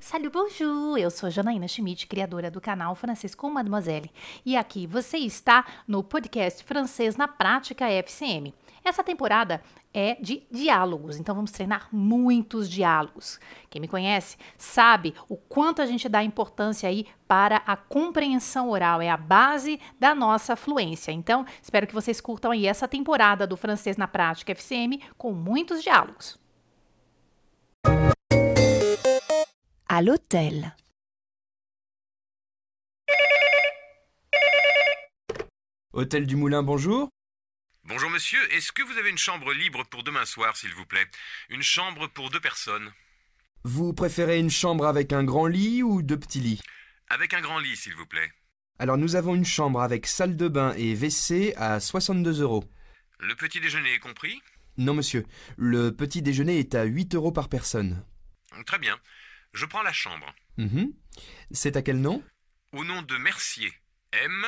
Salut, bonjour! Eu sou Janaína Schmidt, criadora do canal Francês com Mademoiselle. E aqui você está no podcast Francês na Prática FCM. Essa temporada é de diálogos, então vamos treinar muitos diálogos. Quem me conhece sabe o quanto a gente dá importância aí para a compreensão oral, é a base da nossa fluência. Então, espero que vocês curtam aí essa temporada do Francês na Prática FCM com muitos diálogos. À l'hôtel. Hôtel du Moulin, bonjour. Bonjour monsieur, est-ce que vous avez une chambre libre pour demain soir, s'il vous plaît Une chambre pour deux personnes, Vous préférez une chambre avec un grand lit ou deux petits lits avec un grand lit, s'il vous plaît. Alors nous avons une chambre avec salle de bain et WC à 62 euros. Le petit déjeuner est compris Non monsieur, le petit déjeuner est à 8 euros par personne. Très bien. Je prends la chambre. Mhm. C'est à quel nom E Au nom de Mercier. M-E-R-C-I-E-R.